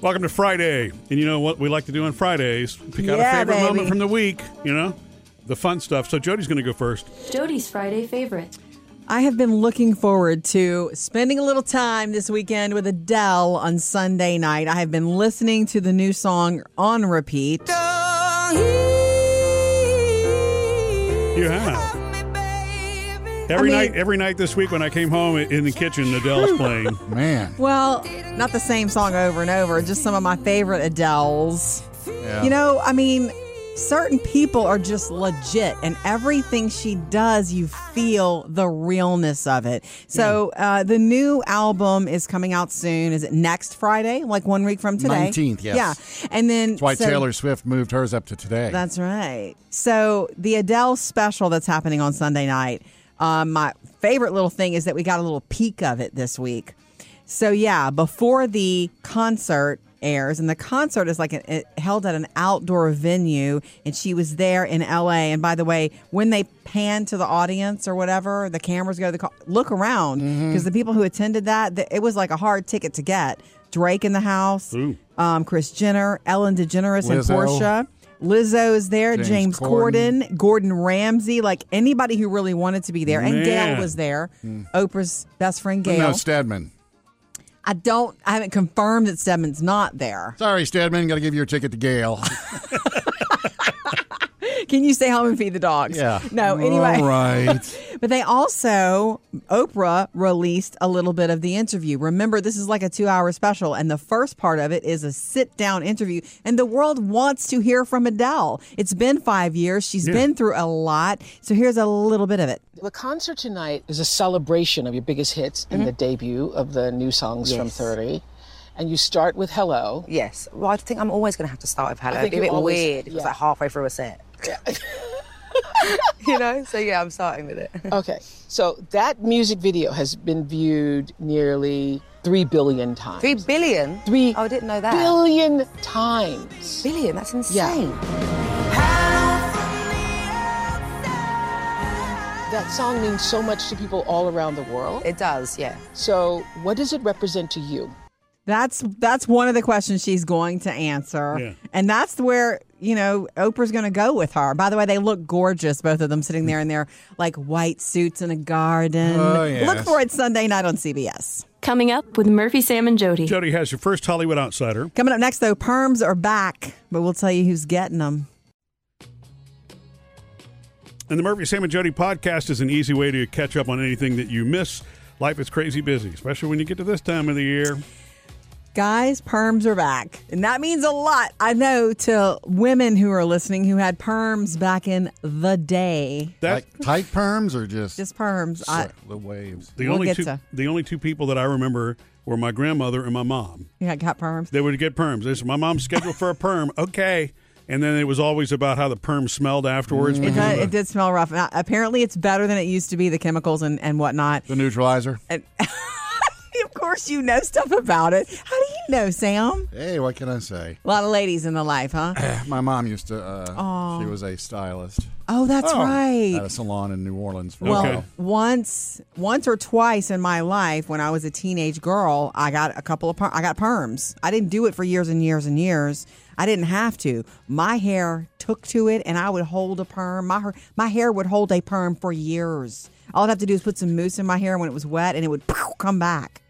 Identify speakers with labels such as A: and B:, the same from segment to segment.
A: Welcome to Friday. And you know what we like to do on Fridays? Pick out a
B: Yeah,
A: favorite moment
B: baby.
A: from the week, you know? The fun stuff. So Jody's going to go first.
C: Jody's Friday favorite.
B: I have been looking forward to spending a little time this weekend with Adele on Sunday night. I have been listening to the new song on repeat.
A: You have. Every
B: I mean-
A: night every night this week when I came home i- in the kitchen, Adele's playing.
D: Man.
B: Well, not the same song over and over, just some of my favorite Adele's.
D: Yeah.
B: You know, I mean, certain people are just legit, and everything she does, you feel the realness of it. So, uh, the new album is coming out soon. Is it next Friday? Like one week from today?
D: 19th, yes.
B: Yeah. And then.
D: That's why
B: so-
D: Taylor Swift moved hers up to today.
B: That's right. So, the Adele special that's happening on Sunday night, uh, my favorite little thing is that we got a little peek of it this week. So, yeah, before the concert airs, and the concert is like an, it held at an outdoor venue, and she was there in LA. And by the way, when they pan to the audience or whatever, the cameras go to the co- look around because the people who attended that, th- it was like a hard ticket to get. Drake in the house,
A: Ooh.
B: um, Chris Jenner, Ellen DeGeneres, and
D: Lizzo.
B: Portia. Lizzo's there, James,
D: James
B: Corden. Gordon Ramsay, like anybody who really wanted to be there. And
A: Man.
B: Gail was there, Oprah's best friend Gail.
D: no, Stedman.
B: I don't, I haven't confirmed that Stedman's not there.
D: Sorry, Stedman. Got to give your ticket to Gail.
B: Can you stay home and feed the dogs?
D: yeah.
B: No, anyway.
D: All right.
B: But they also, Oprah released a little bit of the interview. Remember, this is like a two hour special, and the first part of it is a sit down interview, and the world wants to hear from Adele. It's been five years, She's been through a lot. So here's a little bit of it.
E: The concert tonight is a celebration of your biggest hits and
F: Mm-hmm.
E: the debut of the new songs from 30. And you start with Hello.
F: Yes. Well, I think I'm always going to have to start with hello.
E: I
F: It'd
E: think
F: be a
E: you
F: bit
E: always-
F: weird. if It was
E: yeah.
F: like halfway through a set. you know? So, yeah, I'm starting with it.
E: Okay. So that music video has been viewed nearly 3 billion times.
F: Three billion?
E: Three
F: Oh, I didn't know that.
E: Billion times.
F: Billion? That's
E: Yeah.
F: insane.
E: That song means so much to people all around the world.
F: It does, yeah.
E: So, what does it represent to you?
B: That's that's one of the questions she's going to answer.
A: Yeah.
B: And that's where, you know, Oprah's going to go with her. By the way, they look gorgeous both of them sitting there in their like white suits in a garden.
D: Oh,
B: Look
D: yes.
B: for it Sunday night on CBS.
C: Coming up with Murphy, Sam, and Jody.
A: Jody has your first Hollywood outsider.
B: Coming up next though, perms are back, but we'll tell you who's getting them.
A: And the Murphy Sam and Jody podcast is an easy way to catch up on anything that you miss. Life is crazy busy, especially when you get to this time of the year.
B: Guys, perms are back. And that means a lot, I know, to women who are listening who had perms back in the day.
A: That
D: like tight perms or just,
B: Just perms. I,
D: Sorry, the waves?
A: the
B: We'll
A: only
B: get
A: two
B: to-
A: the only two people that I remember were my grandmother and my mom.
B: yeah, I got perms.
A: They would get perms. They said, my mom's scheduled for a perm. Okay. And then it was always about how the perm smelled afterwards.
B: It,
A: because
B: does,
A: of
B: it
A: the-
B: did smell rough. Now, apparently, it's better than it used to be, the chemicals and, and whatnot.
D: The neutralizer.
B: And of course, you know stuff about it. How do you know, Sam?
D: Hey, what can I say?
B: A lot of ladies in the life, huh?
D: My mom used to. Uh, she was a stylist.
B: Oh, that's
D: At a
B: right.
D: salon in New Orleans for
B: Well,
D: a while.
B: once, once or twice in my life, when I was a teenage girl, I got a couple of per- I got perms. I didn't do it for years and years and years. I didn't have to. My hair took to it, and I would hold a perm. My hair, my hair would hold a perm for years. All I'd have to do is put some mousse in my hair when it was wet, and it would pow, come back.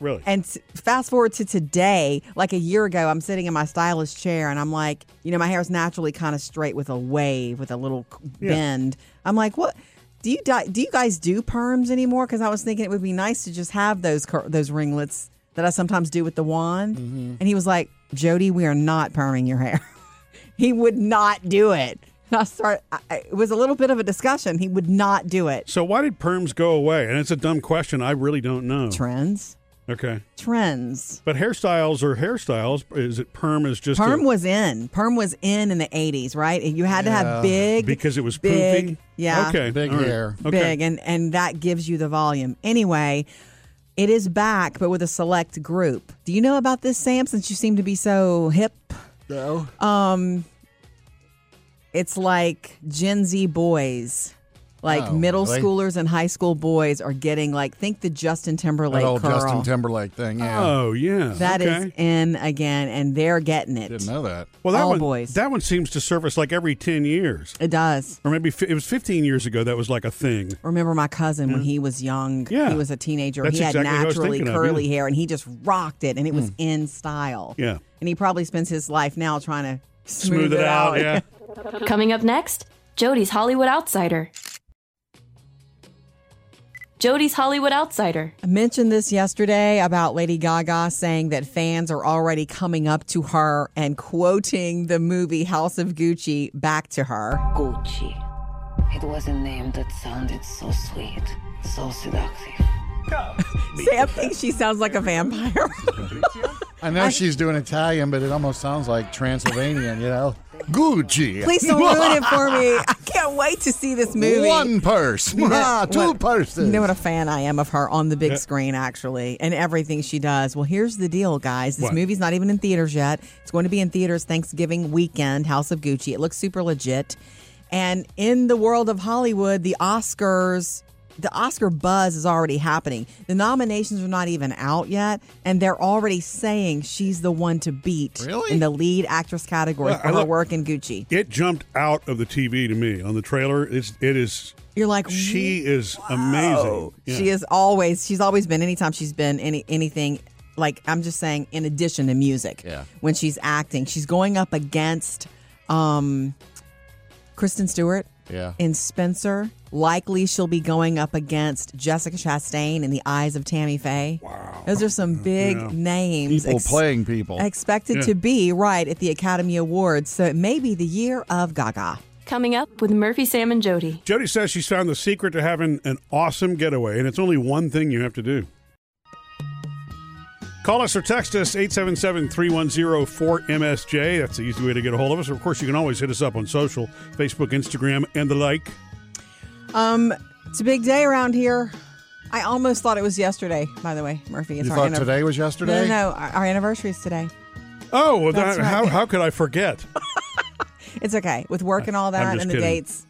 A: really.
B: And s- fast forward to today, like a year ago, I'm sitting in my stylist chair and I'm like, you know, my hair is naturally kind of straight with a wave, with a little c-
A: Yeah.
B: bend. I'm like, what? Do you di- do you guys do perms anymore? Because I was thinking it would be nice to just have those cur- those ringlets that I sometimes do with the wand. And he was like, Jody, we are not perming your hair. he would not do it. And I start. I, I- it was a little bit of a discussion. He would not do it.
A: so why did perms go away? And it's a dumb question. I really don't know.
B: Trends,
A: Okay.
B: trends.
A: But hairstyles are hairstyles. Is it perm is just
B: Perm
A: a-
B: was in. Perm was in in the 80s, right? You had to have big.
A: because it was
B: big.
A: poofy?
B: Yeah.
A: Okay.
D: Big
A: all right.
D: hair.
A: Okay.
B: Big. And, and that gives you the volume. Anyway, it is back, but with a select group. Do you know about this, Sam, since you seem to be so hip?
D: No.
B: It's like Gen Z boys. Like
D: Oh,
B: middle
D: really?
B: schoolers and high school boys are getting like think the Justin Timberlake
D: That old
B: curl.
D: Justin Timberlake thing. Yeah.
A: Oh yeah,
B: That is
A: okay.
B: in again, and they're getting it.
D: Didn't know that.
A: well, that
B: all
A: one,
B: boys.
A: That one seems to surface like every ten years,
B: It does.
A: or maybe fi- it was fifteen years ago. That was like a thing.
B: Remember my cousin when he was young?
A: Mm. Yeah.
B: He was a teenager.
A: That's
B: he had
A: exactly what I was
B: naturally
A: thinking of,
B: curly
A: yeah. Mm.
B: hair and he just rocked it and it was in style.
A: Yeah.
B: And he probably spends his life now trying to smooth,
A: Smooth it out. Yeah.
C: Coming up next, Jody's Hollywood Outsider. Jody's Hollywood Outsider.
B: I mentioned this yesterday about Lady Gaga saying that fans are already coming up to her and quoting the movie House of Gucci back to her.
G: Gucci. It was a name that sounded so sweet, so seductive.
B: See, I think she sounds like a vampire.
D: I know she's doing Italian, but it almost sounds like Transylvanian, you know? Gucci.
B: Please don't ruin it for me. I can't wait to see this movie.
D: One purse. Ah,
B: know
D: Two
B: what-
D: purses.
B: You know what a fan I am of her on the big screen, actually, and everything she does. Well, here's the deal, guys. This
A: What?
B: movie's not even in theaters yet. It's going to be in theaters Thanksgiving weekend, House of Gucci. It looks super legit. And in the world of Hollywood, the Oscars, the Oscar buzz is already happening. The nominations are not even out yet, and they're already saying she's the one to beat
D: Really?
B: in the lead actress category
A: Well,
B: for
A: I
B: her
A: look-
B: work in Gucci.
A: It jumped out of the TV to me on the trailer. It's it is
B: You're like,
A: she is
B: Oh,
A: amazing. Yeah.
B: She is always she's always been anytime she's been any anything like I'm just saying in addition to music.
D: Yeah.
B: When she's acting, she's going up against um Kristen Stewart
D: Yeah.
B: in Spencer. Likely she'll be going up against Jessica Chastain in The Eyes of Tammy Faye. Wow. Those are some big names.
D: People
B: Ex-
D: playing people.
B: Expected to be right at the Academy Awards, so it may be the year of Gaga.
C: Coming up with Murphy, Sam, and Jody.
A: Jody says she's found the secret to having an awesome getaway, and it's only one thing you have to do. Call us or text us 877 310 4MSJ. That's the easy way to get a hold of us. Of course, you can always hit us up on social Facebook, Instagram, and the like.
B: Um, it's a big day around here. I almost thought it was yesterday. By the way, Murphy, it's
D: You
B: our
D: thought
B: anniv-
D: today was
B: No,
D: yesterday?
B: no, no, our, our anniversary is today.
A: Oh, well,
B: That's
A: that, how,
B: right.
A: how could I forget?
B: It's okay with work and all that
A: just
B: and the
A: kidding.
B: dates.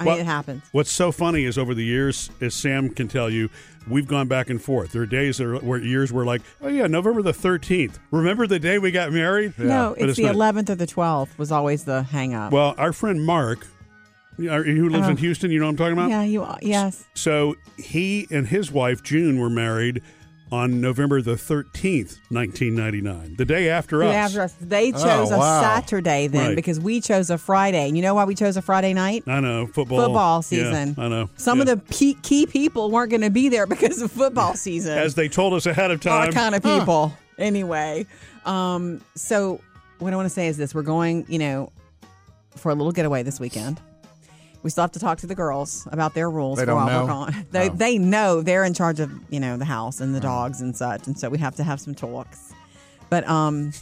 B: I
A: Well-
B: mean, it happens.
A: What's so funny is over the years, as Sam can tell you, we've gone back and forth. There are days that are, where years were like, oh, yeah, November the 13th. Remember the day we got married?
B: No,
A: But
B: it's, the
A: not-
B: 11th or the 12th was always the hang up.
A: Well, our friend Mark, you know, who lives in
B: Oh.
A: Houston, you know what I'm talking about?
B: yeah, you yes.
A: So he and his wife, June, were married on November the 13th, 1999, the day after
B: They
A: us.
B: have us- They
D: Oh,
B: chose
D: wow.
B: a Saturday then
A: Right.
B: because we chose a Friday. And you know why we chose a Friday night?
A: I know, football.
B: Football
A: Yeah,
B: season.
A: I know.
B: Some
A: Yeah.
B: of the pe- key people weren't going to be there because of football season.
A: As they told us ahead of
B: All
A: time.
B: kind of people. Anyway, um, so what I want to say is this: we're going, you know, for a little getaway this weekend. We still have to talk to the girls about their rules
D: They
B: for while
D: don't know?
B: we're gone. They,
D: Oh. Hmm.
B: they know they're in charge of you know the house and the dogs and such, and so we have to have some talks. But um,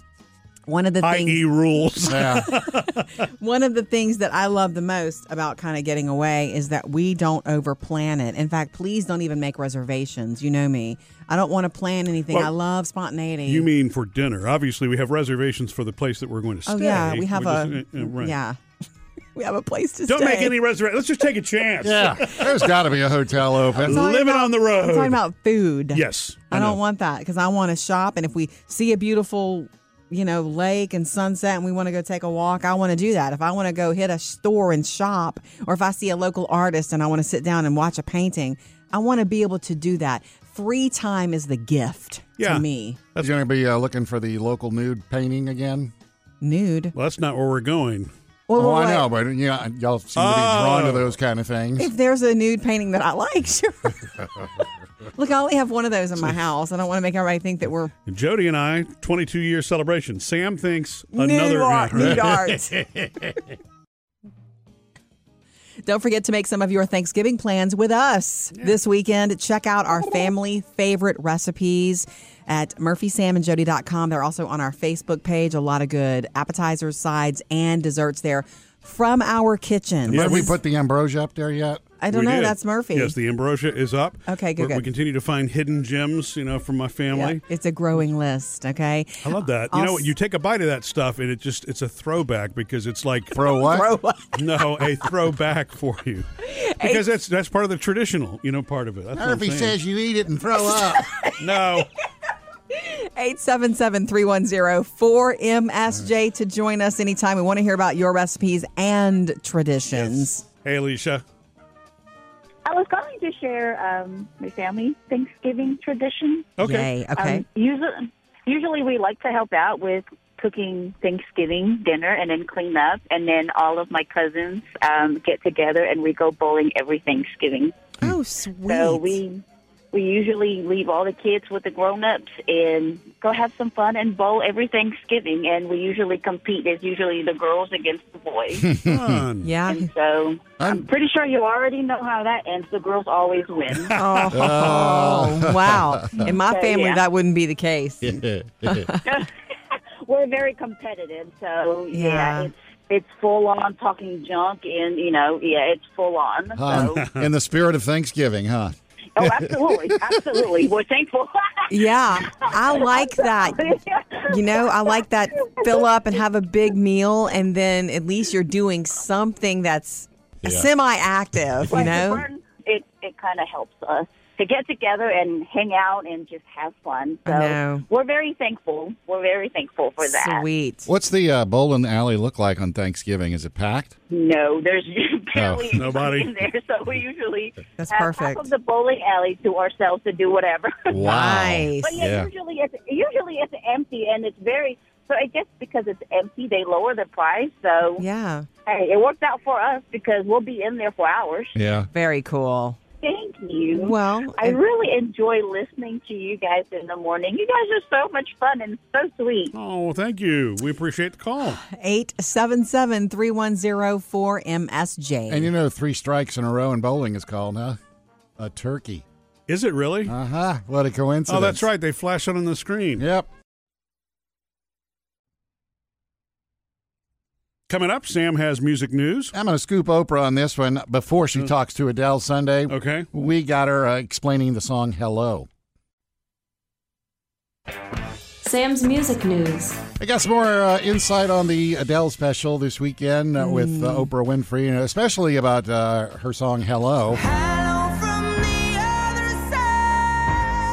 B: one of the things
D: e
A: I.E. E rules.
D: Yeah.
B: one of the things that I love the most about kind of getting away is that we don't overplan it. In fact, please don't even make reservations. You know me. I don't want to plan anything.
A: Well,
B: I love spontaneity.
A: You mean for dinner? Obviously, we have reservations for the place that we're going to stay.
B: Oh yeah, we have
A: We're
B: a
A: just- uh, uh, right.
B: yeah, we have a place to
A: Don't
B: stay.
A: make any reservations. Let's just take a chance.
D: yeah. There's got to be a hotel
B: I'm
D: open.
B: talking
A: Living on the road.
B: I'm talking about food.
A: Yes,
B: I,
A: I know.
B: don't want that because I want to shop. And if we see a beautiful, you know, lake and sunset, and we want to go take a walk, I want to do that. If I want to go hit a store and shop, or if I see a local artist and I want to sit down and watch a painting, I want to be able to do that. Free time is the gift
A: Yeah.
B: to me.
D: You're going to be uh, looking for the local nude painting again?
B: Nude.
A: Well, that's not where we're going.
B: Well,
D: oh,
B: well,
D: I
B: what-
D: know, but you know, y'all seem to be drawn
A: Oh.
D: to those kind of things.
B: If there's a nude painting that I like, sure. Look, I only have one of those in my house. I don't want to make everybody think that we're
A: Jody and I, 22 year celebration. Sam thinks
B: nude
A: another
B: art.
A: Yeah,
B: Nude
A: right.
B: art. Don't forget to make some of your Thanksgiving plans with us this weekend. Check out our family favorite recipes at murphysamandjody.com. They're also on our Facebook page. A lot of good appetizers, sides, and desserts there. from our kitchen.
A: Yeah,
D: Have we
A: we-
D: put the ambrosia up there yet?
B: I don't
A: We
B: know.
A: did.
B: That's Murphy.
A: Yes, the ambrosia is up.
B: Okay, good,
A: We're- We
B: good.
A: continue to find hidden gems, you know, from my family.
B: It's a growing list. Okay.
A: I love that. You
B: I'll
A: know,
B: s-
A: you take a bite of that stuff, and it just—it's a throwback because it's like
D: Bro, what?
A: no, a throwback for you because that's that's part of the traditional, you know, part of it. That's what I'm
D: Murphy
A: saying.
D: says you eat it and throw up.
A: no.
B: 877 310 4MSJ to join us anytime. We want to hear about your recipes and traditions.
A: Hey, Alicia.
H: I was calling to share um, my family Thanksgiving tradition.
A: Okay.
B: Yay. Okay.
H: Um, usually, usually we like to help out with cooking Thanksgiving dinner and then clean up, and then all of my cousins um, get together and we go bowling every Thanksgiving.
B: oh, sweet.
H: So we we usually leave all the kids with the grown ups and go have some fun and bowl every Thanksgiving. And we usually compete. It's usually the girls against the boys.
A: Fun.
B: yeah.
H: and so I'm pretty sure you already know how that ends. The girls always win.
B: Oh, wow. In my
H: So,
B: family,
H: yeah.
B: that wouldn't be the case.
H: we're very competitive, so
B: Yeah.
H: yeah, it's it's full on talking junk, and you know, yeah, it's full on. So,
D: Huh. Um, In the spirit of Thanksgiving, huh?
H: oh, absolutely, absolutely, we're thankful.
B: Yeah, I like that. You know, I like that fill up and have a big meal, and then at least you're doing something that's semi active, you
H: But
B: know?
H: we're- it it kind of helps us to get together and hang out and just have fun.
B: I
H: So
B: know.
H: we're very thankful. We're very thankful for that.
B: Sweet.
D: What's the uh, bowling alley look like on Thanksgiving? Is it packed?
H: No, there's barely anybody
A: Nobody.
H: in there, so we usually
B: Oh, That's
H: have
B: perfect.
H: half of the bowling alley to ourselves to do whatever.
B: Nice.
H: But Oh, yeah,
D: Yeah.
H: usually it's usually it's empty, and it's very. So I guess because it's empty, they lower the price. So
B: Yeah,
H: hey, it worked out for us because we'll be in there for hours.
D: Yeah.
B: very cool.
H: Thank you.
B: Well,
H: I
B: and-
H: really enjoy listening to you guys in the morning. You guys are so much fun and so sweet.
A: Oh, thank you. We appreciate the call.
B: 877 310 4MSJ.
D: And you know, three strikes in a row in bowling is called, huh? A turkey.
A: Is it really?
D: Uh huh. What a coincidence.
A: oh, that's right. They flash it on the screen.
D: Yep.
A: Coming up, Sam has music news.
D: I'm going to scoop Oprah on this one before
A: Mm.
D: she talks to Adele Sunday.
A: Okay.
D: We got her uh, explaining the song Hello.
C: Sam's Music News.
D: I got some more uh, insight on the Adele special this weekend uh, with
A: Mm.
D: uh, Oprah Winfrey, and especially about uh, her song Hello.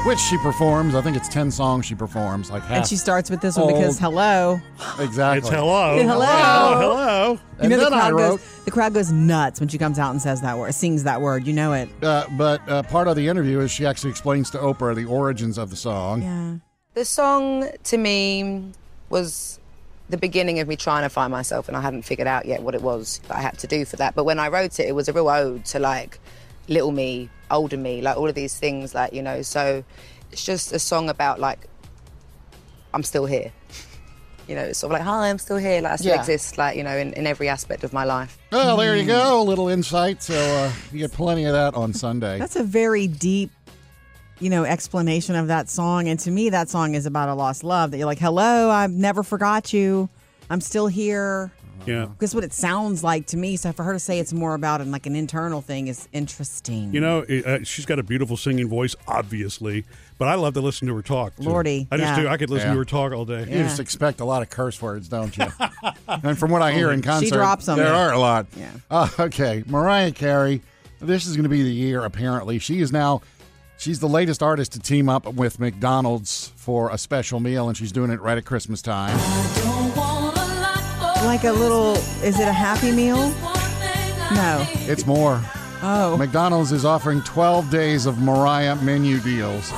D: Which she performs. I think it's 10 songs she performs. Like half.
B: And she starts with this one because
D: Old.
B: hello.
D: Exactly.
A: It's hello.
B: Yeah, hello.
A: Hello. hello.
D: And
B: you know
D: then
B: the
D: I
B: crowd
D: wrote,
B: goes the crowd goes nuts when she comes out and says that word, sings that word. You know it.
D: uh, but uh, part of the interview is she actually explains to Oprah the origins of the song.
B: Yeah.
F: The song to me was the beginning of me trying to find myself, and I hadn't figured out yet what it was that I had to do for that. But when I wrote it, it was a real ode to like little me, older me, like all of these things, like, you know. So it's just a song about like, I'm still here. You know, it's sort of like, hi, I'm still here. Like, I still
E: Yeah.
F: exist, like, you know, in, in every aspect of my life.
D: Well, Oh, there
B: Hmm.
D: you go. A little insight. So uh, you get plenty of that on Sunday.
B: That's a very deep, you know, explanation of that song. And to me, that song is about a lost love that you're like, hello, I've never forgot you. I'm still here.
A: Yeah.
B: Because what it sounds like to me. So for her to say it's more about an, like an internal thing is interesting.
A: You know, it- uh, she's got a beautiful singing voice, obviously, but I love to listen to her talk. too.
B: Lordy,
A: I just
B: yeah.
A: do. I could listen
D: Yeah.
A: to her talk all day.
D: You just expect a lot of curse words, don't you? and from what I hear in concert,
B: Oh, drops 'em.
D: there are a lot.
B: Yeah.
D: Uh, okay, Mariah Carey. This is going to be the year. Apparently, she is now. She's the latest artist to team up with McDonald's for a special meal, and she's doing it right at Christmas time.
B: Like a little, is it a happy meal? No.
D: It's more.
B: Oh,
D: McDonald's is offering 12 days of Mariah menu deals.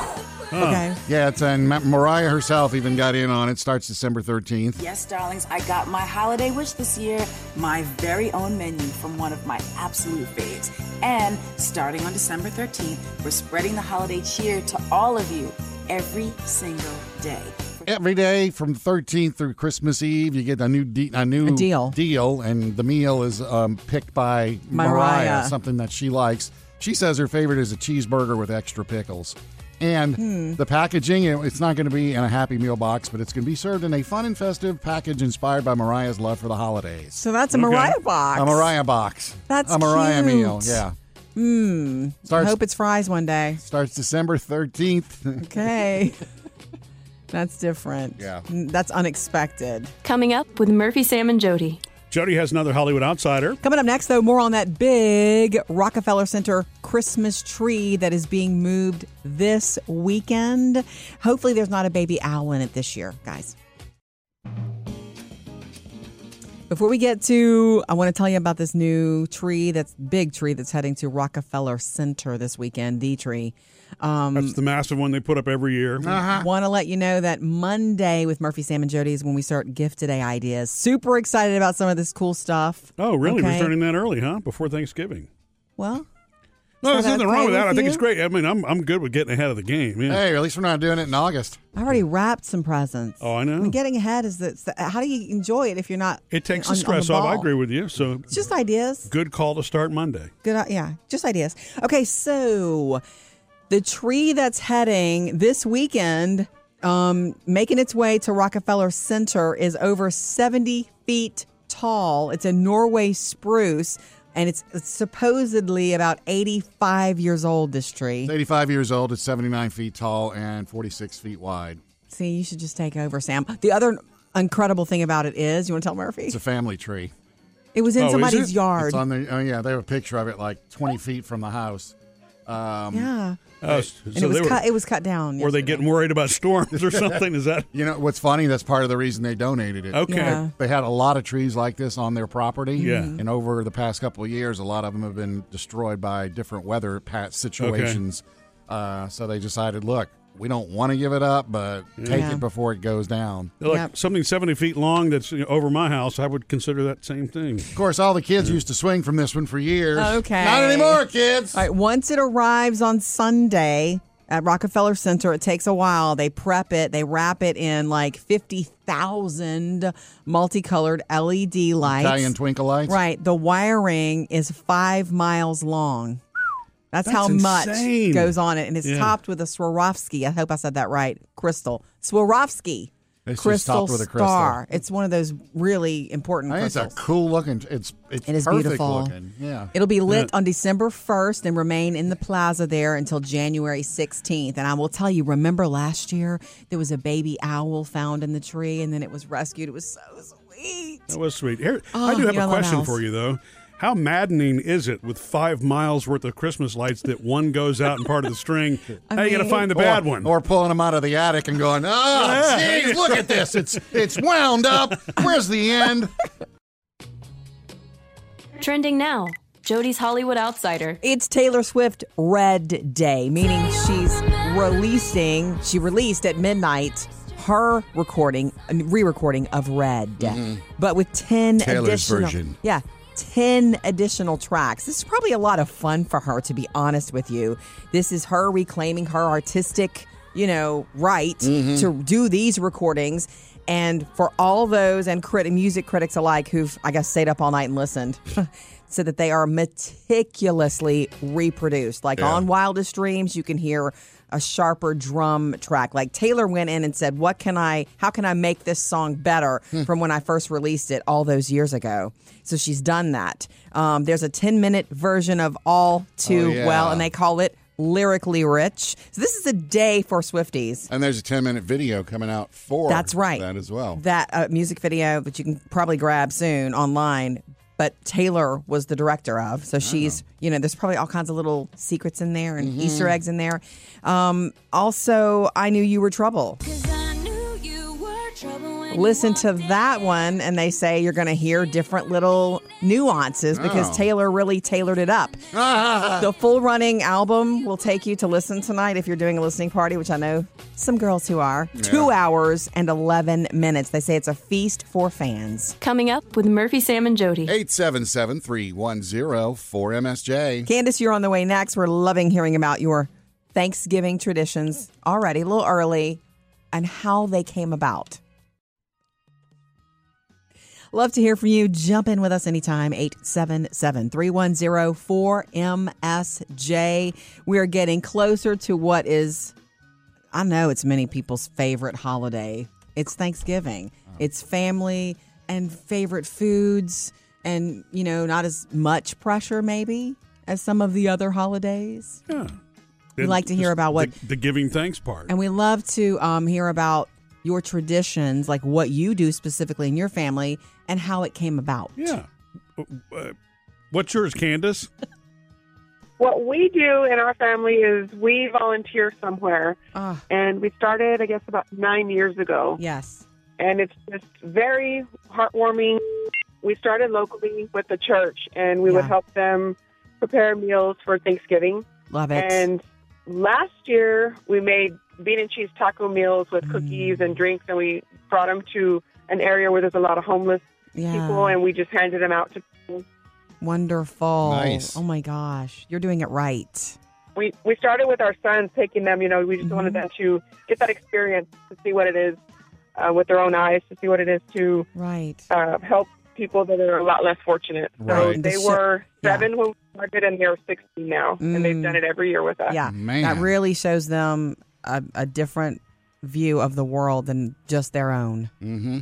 B: okay.
D: Yeah, it's, and Ma- Mariah herself even got in on it. Starts December 13th.
I: Yes, darlings, I got my holiday wish this year, my very own menu from one of my absolute faves. And starting on December 13th, we're spreading the holiday cheer to all of you every single day.
D: Every day from 13th through Christmas Eve, you get a new de- a new
B: A deal.
D: and the meal is um, picked by Mariah.
B: Mariah.
D: something that she likes. She says her favorite is a cheeseburger with extra pickles. And
B: Hmm.
D: the packaging, it- it's not going to be in a Happy Meal box, but it's going to be served in a fun and festive package inspired by Mariah's love for the holidays.
B: So that's a Mariah box.
D: A Mariah box.
B: That's
D: A Mariah
B: cute. Hmm.
D: meal, yeah. Mmm.
B: I
D: Starts,
B: hope it's fries one day.
D: starts December 13th.
B: Okay. that's different.
D: Yeah.
B: Mm, That's unexpected.
C: Coming up with Murphy, Sam, and Jody.
A: Jody has another Hollywood outsider.
B: Coming up next, though, more on that big Rockefeller Center Christmas tree that is being moved this weekend. Hopefully, there's not a baby owl in it this year, guys. Before we get to, I want to tell you about this new tree that's big tree that's heading to Rockefeller Center this weekend, the tree. Um, Mm.
A: That's the massive one they put up every year.
B: Want to let you know that Monday with Murphy, Sam, and Jody is when we start gift today ideas. Super excited about some of this cool stuff.
A: Oh, really?
B: Okay.
A: We're starting that early, huh? Before Thanksgiving.
B: Well,
A: No, there's
B: Is that
A: nothing wrong
B: okay
A: with that. I
B: with
A: think it's
B: you?
A: great. I mean, I'm, I'm good with getting ahead of the game. Yeah.
D: Hey, at least we're not doing it in August.
B: I already wrapped some presents.
A: Oh, I know.
B: mean, getting ahead is the, it's the- how do you enjoy it if you're not?
A: It takes
B: on- on
A: the stress off. I
B: ball?
A: agree with you. So,
B: It's just ideas.
A: good call to start Monday.
B: Good, i- yeah, just ideas. Okay, so the tree that's heading this weekend, um, making its way to Rockefeller Center, is over seventy feet tall. It's a Norway spruce, and it's, it's supposedly about eighty-five years old. This tree.
D: It's 85 years old. It's 79 feet tall and 46 feet wide.
B: See, you should just take over, Sam. The other incredible thing about it is, you want to tell Murphy?
D: It's a family tree.
B: It was in
A: Oh, is
B: somebody's
A: it?
B: yard.
D: It's on the. Oh yeah, they have a picture of it like 20 feet from the house.
B: yeah,
A: Oh, s- so
B: and it was
A: they were,
B: cut. It was cut down.
A: were they
B: yesterday.
A: getting worried about storms or something? Is that
D: You know what's funny? That's part of the reason they donated it.
A: okay?
B: Yeah. Mm-hmm.
D: They had a lot of trees like this on their property.
A: Yeah.
D: And over the past couple of years, a lot of them have been destroyed by different weather pat situations. Uh, so they decided, look, we don't want to give it up, but take
B: Yeah.
D: it before it goes down.
A: They're like
B: Yep.
A: something 70 feet long that's you know, over my house. I would consider that same thing.
D: Of course, all the kids used to swing from this one for years.
B: Oh, Okay.
D: Not anymore, kids.
B: All right. Once it arrives on Sunday at Rockefeller Center, it takes a while. They prep it. They wrap it in like fifty thousand multicolored LED lights.
D: Italian twinkle lights.
B: Right. The wiring is five miles long. That's, how
A: That's
B: much
A: insane.
B: goes on it, and it's
A: Yeah.
B: topped with a Swarovski. I hope I said that right. Crystal Swarovski.
D: It's just
B: crystal
D: topped with a crystal.
B: star. It's one of those really important
D: I think it's
B: crystals.
D: a cool looking. It's it's
B: It is
D: perfect
B: beautiful.
D: looking. Yeah.
B: It'll be lit on December 1st and remain in the plaza there until January 16th. And I will tell you, remember last year there was a baby owl found in the tree and then it was rescued. It was so sweet.
A: That was sweet. Here, I
B: Oh,
A: do have
B: you're
A: a
B: on
A: question
B: else.
A: for you, though. How maddening is it with five miles worth of Christmas lights that one goes out and part of the string? now you got to
B: mean-
A: find the bad one.
D: Or pulling them out of the attic and going, oh,
A: Yeah.
D: jeez, look at this. It's it's wound up. Where's the end?
C: Trending now Jody's Hollywood Outsider.
B: It's Taylor Swift Red Day, meaning she's releasing, she released at midnight her recording, re recording of Red, but with 10
D: Mm-hmm. Taylor's
B: additional.
D: version.
B: Yeah. 10 additional tracks. This is probably a lot of fun for her, to be honest with you. This is her reclaiming her artistic, you know, right to do these recordings. And for all those and crit- music critics alike who've, I guess, stayed up all night and listened, said that they are meticulously reproduced. Like on Wildest Dreams, you can hear a sharper drum track. Like Taylor went in and said, "What can I? How can I make this song better from when I first released it all those years ago?" So she's done that. Um, there's a 10 minute version of "All Too
D: yeah.
B: Well," and they call it lyrically rich. So this is a day for Swifties.
D: And there's a 10 minute video coming out for
B: That's right. That uh, music video that you can probably grab soon online. But Taylor was the director of, so she's you know there's probably all kinds of little secrets in there and Easter eggs in there. Um, also, I knew you were trouble. Listen to that one, and they say you're going to hear different little nuances because
D: Oh.
B: Taylor really tailored it up. The full running album will take you to listen tonight if you're doing a listening party, which I know some girls who are. Two hours and 11 minutes. They say it's a feast for fans.
C: Coming up with Murphy, Sam, and Jody.
D: 877 310 4MSJ.
B: Candace, you're on the way next. We're loving hearing about your Thanksgiving traditions already, a little early, and how they came about. Love to hear from you. Jump in with us anytime. 877 310 4MSJ. We are getting closer to what is I know it's many people's favorite holiday. It's Thanksgiving.
D: Uh-huh.
B: It's family and favorite foods and, you know, not as much pressure maybe as some of the other holidays.
A: Yeah.
B: We like to hear
A: Just
B: about what-
A: the, the giving thanks part.
B: And we love to um, hear about your traditions, like what you do specifically in your family and how it came about.
A: yeah. W- w- uh, What's yours, Candace?
J: What we do in our family is we volunteer somewhere,
B: Ah,
J: and we started, I guess, about nine years ago.
B: yes.
J: And it's just very heartwarming. We started locally with the church, and we would
B: Yeah.
J: help them prepare meals for Thanksgiving.
B: Love it.
J: And last year, we made bean and cheese taco meals with cookies
B: Mm.
J: and drinks, and we brought them to an area where there's a lot of homeless
B: yeah.
J: people, and we just handed them out to people.
B: Wonderful.
D: Nice.
B: Oh my gosh. You're doing it right.
J: we we started with our sons taking them. You know, we just
B: Mhm.
E: Mm-hmm.
J: wanted them to get that experience to see what it is uh, with their own eyes, to see what it is to
B: Right.
J: uh, help people that are a lot less fortunate. So
D: Right.
J: they
B: The shi-
J: were
B: yeah.
J: seven when we started, and they're sixteen now, and
B: Mm.
J: they've done it every year with us.
B: Yeah.
D: Man.
B: That really shows them a, a different view of the world than just their own.
D: Mm-hmm.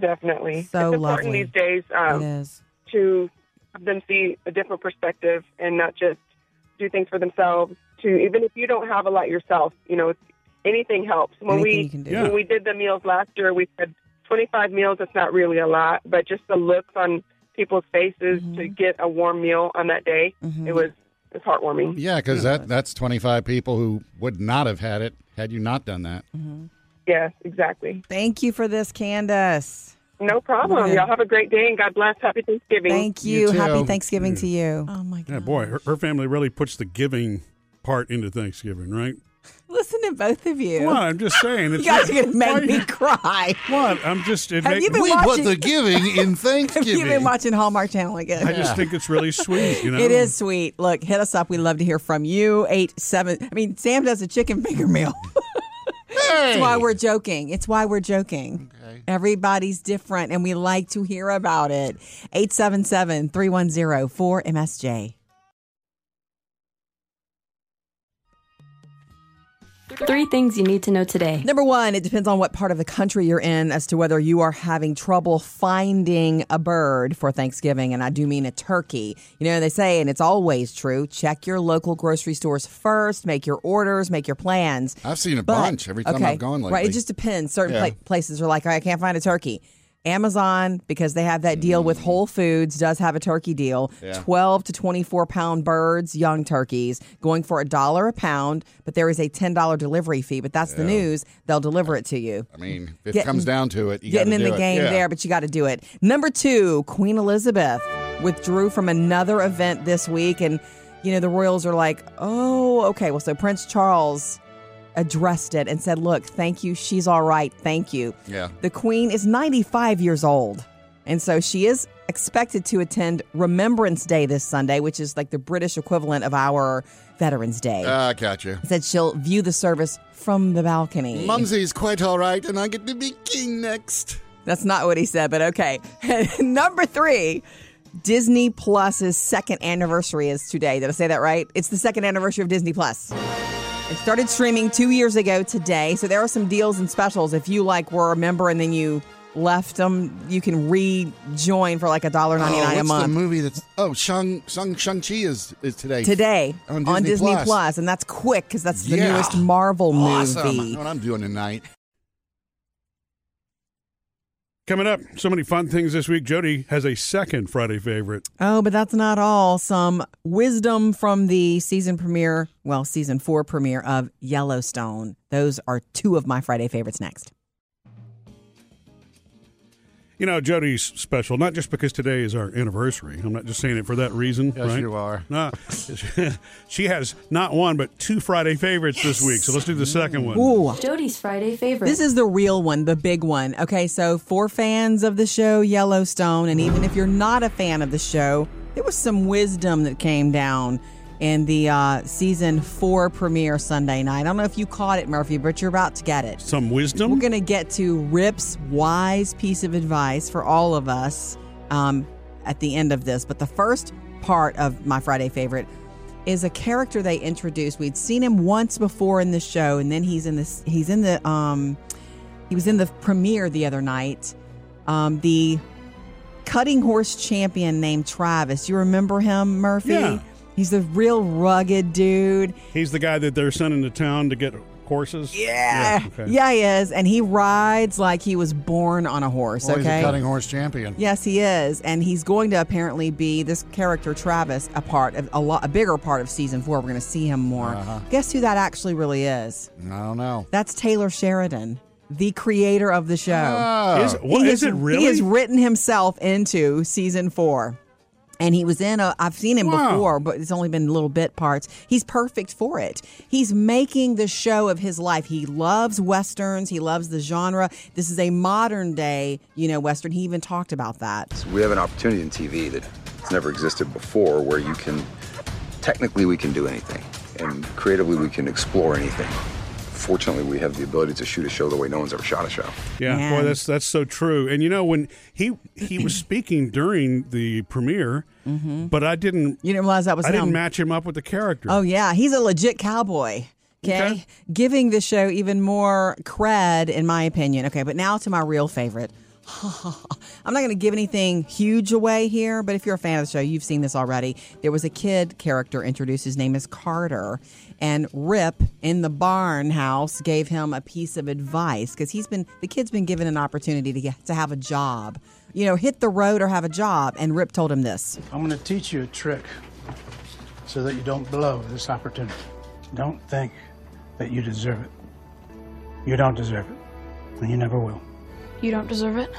J: Definitely,
B: So
J: it's important
B: lovely.
J: these days um,
E: Oh.
B: it is.
J: to have them see a different perspective and not just do things for themselves. To even if you don't have a lot yourself, you know, it's- anything helps. When
B: Anything
J: we
B: you can do.
A: Yeah.
J: when we did the meals last year, we said 25 meals. It's not really a lot, but just the looks on people's faces to
B: Mm-hmm.
J: get a warm meal on that day, it was it's heartwarming.
D: Yeah, because that, that's 25 people who would not have had it had you not done that.
J: Yes, exactly.
B: Thank you for this, Candace.
J: No problem.
B: Good.
J: Y'all have a great day and God bless. Happy Thanksgiving.
B: Thank you.
D: You
B: Happy
D: too.
B: Thanksgiving to you. Oh my
A: Yeah,
B: God.
A: boy, her, her family really puts the giving part into Thanksgiving, right?
B: Listen to both of you.
A: What? I'm just saying. It's
B: You guys are going to
A: Why-
B: make me cry.
A: What? I'm just. It
B: Have
A: make-
B: you been
D: we
B: watching-
D: put the giving in
B: Have
D: Thanksgiving.
B: you been watching Hallmark Channel again?
A: I just think it's really sweet. You know,
B: It is sweet. Look, hit us up. We'd love to hear from you. Eight seven. I mean, Sam does a chicken finger meal. That's why we're joking. It's why we're joking. Everybody's different, and we like to hear about it. 877 310 4MSJ.
C: Three things you need to know today.
B: Number one, it depends on what part of the country you're in as to whether you are having trouble finding a bird for Thanksgiving, and I do mean a turkey. You know, they say, and it's always true, check your local grocery stores first, make your orders, make your plans.
D: I've seen a
B: But-
D: bunch every time
B: okay,
D: I've gone lately.
B: Right, it just depends. Certain
D: Yeah.
B: pla- places are like, I can't find a turkey. Amazon, because they have that deal
D: Mm.
B: with Whole Foods, does have a turkey deal. 12 to 24 pound birds, young turkeys, going for a dollar a pound, but there is a $10 delivery fee. But that's the news. They'll deliver it to you
D: I mean, if it
B: Getting-
D: comes down to it, you
B: getting
D: gotta
B: in
D: do
B: the
D: it.
B: game
D: Yeah.
B: there, but you got to do it. Number two, Queen Elizabeth withdrew from another event this week, and you know the royals are like, oh, okay, well, so Prince Charles addressed it and said, look, thank you, she's all right, thank you.
D: Yeah.
B: The Queen is 95 years old, and so she is expected to attend Remembrance Day this Sunday, which is like the British equivalent of our Veterans Day.
D: Ah, gotcha.
B: said she'll view the service from the balcony.
D: Mumsy's quite all right, and I get to be king next.
B: That's not what he said, but okay. Number three, Disney Plus's second anniversary is today. Did I say that right? It's the second anniversary of Disney Plus. It started streaming two years ago today, so there are some deals and specials. If you like were a member and then you left them, you can rejoin for like a dollar ninety
D: oh,
B: nine a
D: what's
B: month.
D: the movie that's oh Shang Shang Shang Chi is is today
B: Today
D: on Disney,
B: Plus. and that's quick because that's the
D: Yeah.
B: newest Marvel
D: Awesome.
B: movie.
D: That's What I'm doing tonight.
A: Coming up, so many fun things this week. Jody has a second Friday favorite.
B: Oh, but that's not all. Some wisdom from the season premiere, well, season four premiere of Yellowstone. Those are two of my Friday favorites next.
A: You know, Jody's special, not just because today is our anniversary. I'm not just saying it for that reason.
D: Yes,
A: right?
D: you are.
A: Nah. she has not one, but two Friday favorites this week. So let's do the second one.
B: Ooh.
C: Jody's Friday favorite.
B: This is the real one, the big one. Okay, so for fans of the show Yellowstone, and even if you're not a fan of the show, there was some wisdom that came down in the uh, season four premiere Sunday night. I don't know if you caught it, Murphy, but you're about to get it.
A: Some wisdom.
B: We're going to get to Rip's wise piece of advice for all of us um, at the end of this. But the first part of my Friday favorite is a character they introduced. We'd seen him once before in the show, and then he's in this. He's in the. Um, he was in the premiere the other night. Um, the cutting horse champion named Travis. You remember him, Murphy?
A: Yeah.
B: He's the real rugged dude.
A: He's the guy that they're sending to town to get horses. Yeah. okay.
B: Yeah, he is, and he rides like he was born on a horse.
D: Well,
B: okay,
D: he's a cutting horse champion.
B: Yes, he is, and he's going to apparently be this character Travis a part of a lot, a bigger part of season four. We're going to see him more.
A: Uh-huh.
B: Guess who that actually really is?
D: I don't know.
B: That's Taylor Sheridan, the creator of the show.
D: Oh.
A: Is- what-
B: He
A: is
B: has-
A: it really?
B: He has written himself into season four. And he was in a, I've seen him
A: Wow.
B: before, but it's only been little bit parts. He's perfect for it. He's making the show of his life. He loves Westerns. He loves the genre. This is a modern day, you know, Western. He even talked about that.
K: We have an opportunity in TV that has never existed before where you can, technically, we can do anything. And creatively, we can explore anything. Fortunately, we have the ability to shoot a show the way no one's ever shot a show.
A: Yeah,
B: Man.
A: boy, that's that's so true. And you know when he he was speaking during the premiere, but I didn't
B: You didn't realize that was
A: I didn't
B: him.
A: match him up with the character.
B: Mm-hmm. Oh yeah, he's a legit cowboy. Okay?
A: Okay.
B: giving the show even more cred, in my opinion. Okay, but now to my real favorite. I'm not going to give anything huge away here, but if you're a fan of the show, you've seen this already. There was a kid character introduced. His name is Carter, and Rip in the barn house gave him a piece of advice because he's been the kid's been given an opportunity to get to have a job, you know, hit the road or have a job. And Rip told him this.
L: I'm going to teach you a trick so that you don't blow this opportunity. Don't think that you deserve it. You don't deserve it, and you never will.
C: You don't deserve it.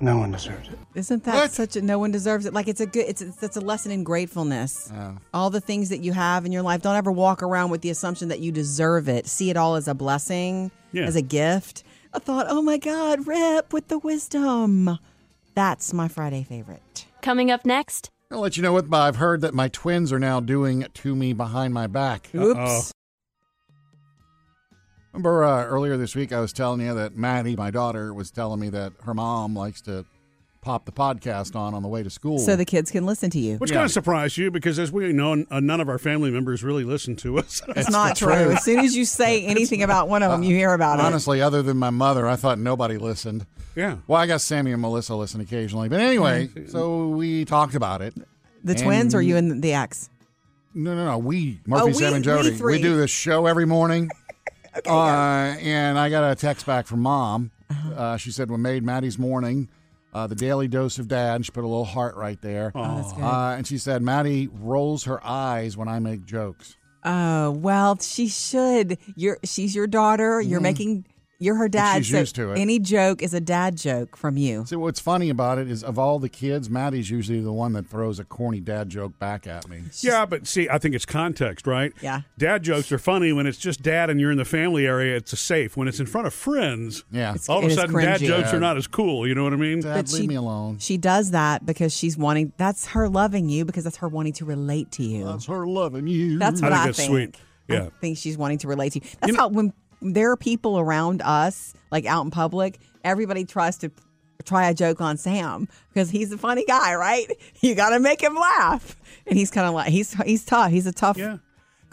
L: No one deserves it.
B: Isn't that such a no one deserves it? Like it's a good it's it's that's a lesson in gratefulness. All the things that you have in your life, don't ever walk around with the assumption that you deserve it. See it all as a blessing,
A: Yeah.
B: as a gift. I thought, "Oh my god, rip with the wisdom." That's my Friday favorite.
C: Coming up next,
D: I'll let you know what I've heard that my twins are now doing to me behind my back.
B: Oops.
D: Remember uh, earlier this week, I was telling you that Maddie, my daughter, was telling me that her mom likes to pop the podcast on on the way to school.
B: So the kids can listen to you.
A: Which kind of surprised you because, as we know, n- uh, none of our family members really listen to us.
B: It's not true. As soon as you say anything about one of them, you hear about it.
D: Honestly, other than my mother, I thought nobody listened.
A: yeah.
D: Well, I guess Sammy and Melissa listen occasionally. But anyway, so we talked about it.
B: The
D: And-
B: twins or you and the ex?
D: No, no, no. We, Murphy,
B: Oh, we-
D: Sam, and
B: we
D: Jody, we,
B: three.
D: do this show every morning. uh, and I got a text back from mom.
B: Uh-huh.
D: Uh, she said, We made Maddie's morning, uh, the daily dose of dad. And she put a little heart right there.
B: Oh, that's good.
D: Uh, and she said, Maddie rolls her eyes when I make jokes.
B: Oh well, she should. You're she's your daughter. You're making you're her dad.
D: Mm. she's
B: so
D: used to it.
B: Any joke is a dad joke from you.
D: See, what's funny about it is, of all the kids, Maddie's usually the one that throws a corny dad joke back at me.
A: Yeah, but see, I think it's context, right?
B: Yeah.
A: Dad jokes are funny when it's just dad and you're in the family area, it's safe. When it's in front of friends,
D: Yeah.
B: It's-
A: all of
B: It
A: a
B: is
A: sudden, dad
B: cringy.
A: jokes are not as cool. You know what I mean?
D: Dad,
B: But
D: leave
B: she-
D: me alone.
B: She does that because she's wanting. That's her loving you because that's her wanting to relate to you.
D: That's her loving you.
B: That's what
A: I think
B: I
A: that's
B: think.
A: sweet.
B: I
A: Yeah.
B: think she's wanting to relate to you. That's how when there are people around us, like out in public, everybody tries to try a joke on Sam because he's a funny guy, right? You got to make him laugh, and he's kind of like he's he's tough. He's a tough
A: Yeah.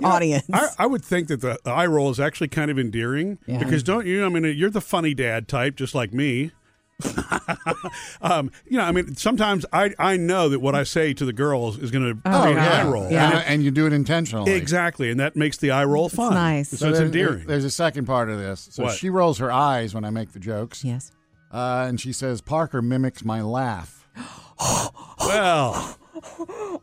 B: audience.
A: I, I would think that the eye roll is actually kind of endearing because don't you? I mean, you're the funny dad type, just like me. um, you know, I mean, sometimes I I know that what I say to the girls is going to
B: Oh,
A: be an
D: yeah.
A: eye roll.
D: Yeah.
A: And
D: And, and you do it intentionally.
A: it- exactly, and that makes the eye roll fun.
B: nice.
A: so it's
D: there-
A: endearing.
D: There's a second part of this. So
A: What?
D: she rolls her eyes when I make the jokes,
B: yes.
D: uh, and she says, "Parker mimics my laugh." Uh,
A: well,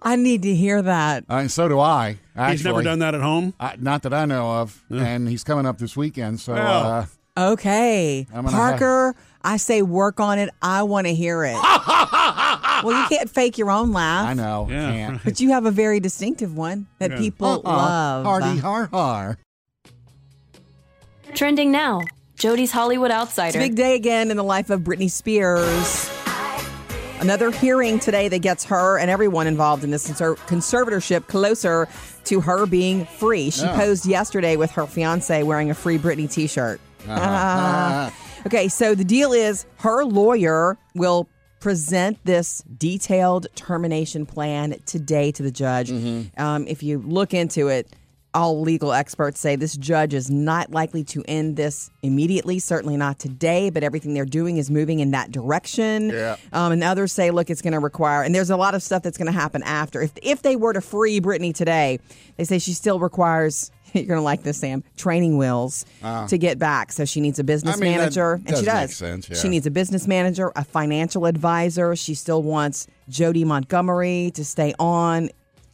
B: I need to hear that.
D: Uh, and so do I. Actually,
A: he's never done that at home.
D: I, not that I know of, and he's coming up this weekend. So
A: Well.
D: uh,
B: Okay.
D: I'm gonna have-
B: Parker, I say work on it. I want to hear it. well, you can't fake your own laugh.
D: I know
A: Yeah.
D: can't.
B: But you have a very distinctive one that people
D: Uh-uh.
B: love. uh,
D: Hardy har har.
C: trending now, Jody's Hollywood Outsider.
B: It's a big day again in the life of Britney Spears. Another hearing today that gets her and everyone involved in this conser- conservatorship closer to her being free. She
D: Yeah.
B: posed yesterday with her fiance wearing a free Britney t shirt.
D: Uh-huh.
B: Okay, so the deal is her lawyer will present this detailed termination plan today to the judge.
M: Mm-hmm.
B: Um, if you look into it, all legal experts say this judge is not likely to end this immediately, certainly not today, but everything they're doing is moving in that direction.
M: Yeah.
B: Um, and others say, look, it's going to require, and there's a lot of stuff that's going to happen after. If, if they were to free Britney today, they say she still requires, you're going to like this, Sam, training wheels
M: Ah.
B: to get back. So she needs a business
M: I mean, that
B: manager, and she
M: does
B: does.
M: make sense, yeah.
B: She needs a business manager, a financial advisor. She still wants Jody Montgomery to stay on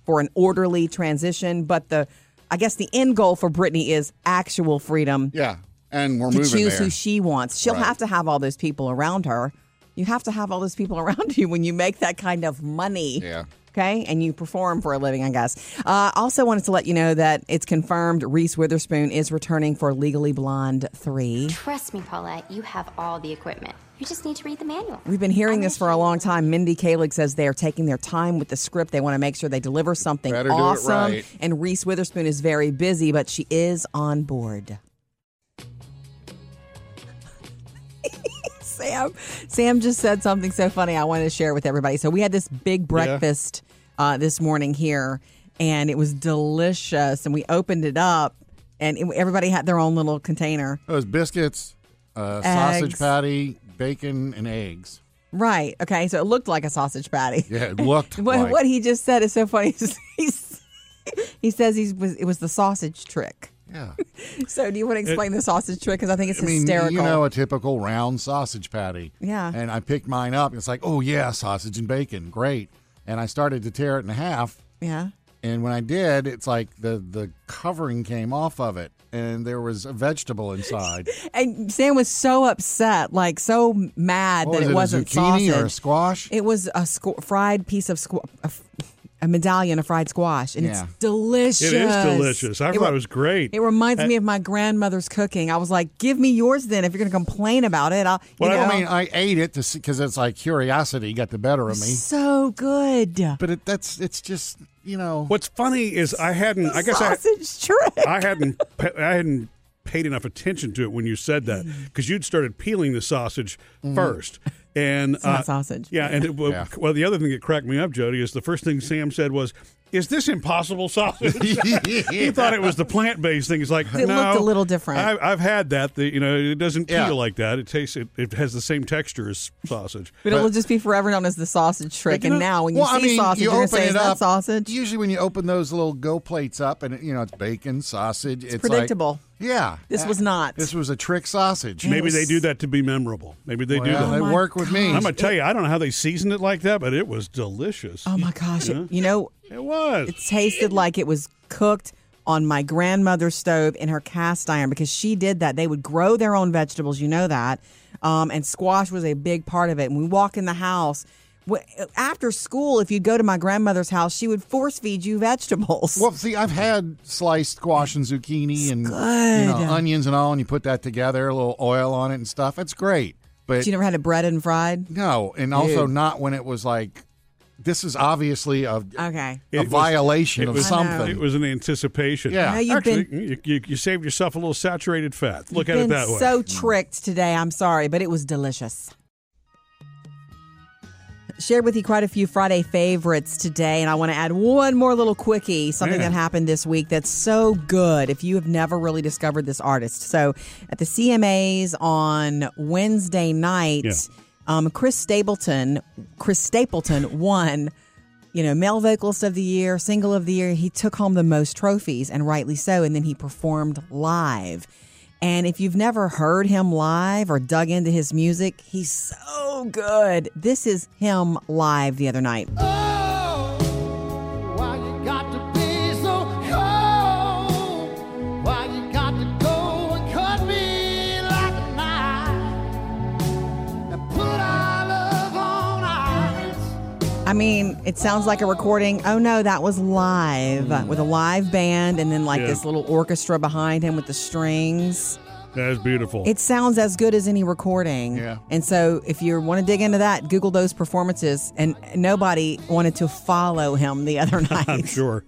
B: for an orderly transition. But the, I guess the end goal for Brittany is actual freedom.
D: Yeah, and we're
B: to
D: moving
B: choose
D: there.
B: who she wants. She'll
D: Right.
B: have to have all those people around her. You have to have all those people around you when you make that kind of money.
D: Yeah.
B: Okay, and you perform for a living, I guess. Uh, also, wanted to let you know that it's confirmed Reese Witherspoon is returning for Legally Blonde 3.
N: Trust me, Paulette, you have all the equipment. You just need to read the manual.
B: We've been hearing this for a long time. Mindy Kaling says they are taking their time with the script. They want to make sure they deliver something
N: Better do it
B: awesome.
N: right.
B: And Reese Witherspoon is very busy, but she is on board. Sam, Sam just said something so funny. I wanted to share with everybody. So we had this big breakfast uh, this morning here, and it was delicious. And we opened it up, and it- everybody had their own little container.
D: It was biscuits, uh,
B: Eggs.
D: sausage patty, bacon, and eggs.
B: Right. Okay. So it looked like a sausage patty.
D: Yeah, it looked
B: what,
D: like-
B: what he just said is so funny. He's, he says he's was it was the sausage trick.
D: Yeah.
B: So do you want to explain the sausage trick? Because I think it's
D: I mean,
B: hysterical.
D: you know, a typical round sausage patty.
B: Yeah.
D: And I picked mine up. And it's like, oh, yeah, sausage and bacon. Great. And I started to tear it in half.
B: yeah.
D: And when I did, it's like the, the covering came off of it and there was a vegetable inside.
B: And Sam was so upset, like so mad
D: What
B: that
D: was it,
B: it
D: a
B: wasn't
D: zucchini
B: sausage
D: or a squash.
B: It was a squ- fried piece of squash, a, f- a medallion of fried squash, and
A: Yeah.
B: it's delicious.
A: It is delicious. I thought it was great.
B: It reminds
A: I-
B: me of my grandmother's cooking. I was like, "Give me yours then. If you're going to complain about it, I'll." you
D: Well,
B: know.
D: I mean, I ate it to because it's like curiosity got the better of me.
B: so good.
D: But it, that's it's just you know.
A: What's funny is I hadn't. I guess
B: sausage I, trick.
A: I hadn't. pa- I hadn't paid enough attention to it when you said that
B: Mm.
A: because you'd started peeling the sausage
B: Mhm.
A: first. And uh,
B: It's not
D: Uh,
B: sausage.
A: Yeah, and it, well,
B: Yeah.
A: well, the other thing that cracked me up, Jody, is the first thing Sam said was. Is this impossible sausage? he thought it was the plant-based thing. It's like
B: It looked
A: no,
B: a little different.
A: I, I've had that. The, you know, it doesn't peel
B: Yeah.
A: like that. It tastes. It, it has the same texture as sausage.
B: But, it will just be forever known as the sausage trick.
A: you
B: And
A: know-
B: now, when you
D: well,
B: see
D: I mean,
B: sausage, you
D: you
B: are going
D: open
B: to say,
D: it
B: "Is that
D: up.
B: sausage?"
D: Usually, when you open those little go plates up, and it- you know it's bacon, sausage. It's, like-
B: predictable.
D: yeah,
B: This was not.
D: This was a trick sausage.
A: Maybe they do that to be memorable. Maybe they do
D: Well,
A: that.
D: they Oh my work with me.
A: I'm gonna tell you, I don't know how they seasoned it like that, but it was delicious.
B: Oh my gosh!
A: Yeah.
B: You know,
A: it was. It
B: tasted like it was cooked on my grandmother's stove in her cast iron because she did that. They would grow their own vegetables. You know that, um, and squash was a big part of it. And we walk in the house. wh- After school, if you'd go to my grandmother's house, she would force feed you vegetables.
D: Well, see, I've had sliced squash and zucchini and
B: good.
D: you know, onions and all, and you put that together, a little oil on it and stuff. It's great. But
B: But you never had it breaded and fried.
D: no, and also
B: Ew.
D: not when it was like this is obviously a
B: Okay.
D: a
A: was-
D: violation
A: it
D: of
A: was-
D: something.
A: It was an anticipation.
D: Yeah.
B: Now you've
A: Actually, you, you, you saved yourself a little saturated fat. Look at
B: You've
A: it
B: been
A: that way.
B: So tricked today. I'm sorry, but it was delicious. Shared with you quite a few Friday favorites today, and I want to add one more little quickie. Something
O: Yeah.
B: that happened this week that's so good. If you have never really discovered this artist, so at the CMAs on Wednesday night,
O: Yeah.
B: um, Chris Stapleton, Chris Stapleton won you know, male vocalist of the year, single of the year. He took home the most trophies, and rightly so. And then he performed live. And if you've never heard him live or dug into his music, he's so good. This is him live the other night.
M: Why you got to be so cold? Why you got to go and cut me like a knife? And put our love on ice.
B: I mean, it sounds like a recording. Oh no, that was live with a live band and then like
A: Hmm. Yeah.
B: this little orchestra behind him with the strings.
A: That is beautiful.
B: It sounds as good as any recording. Yeah. And so if you want to dig into that, Google those performances. And nobody wanted to follow him the other night.
A: I'm sure.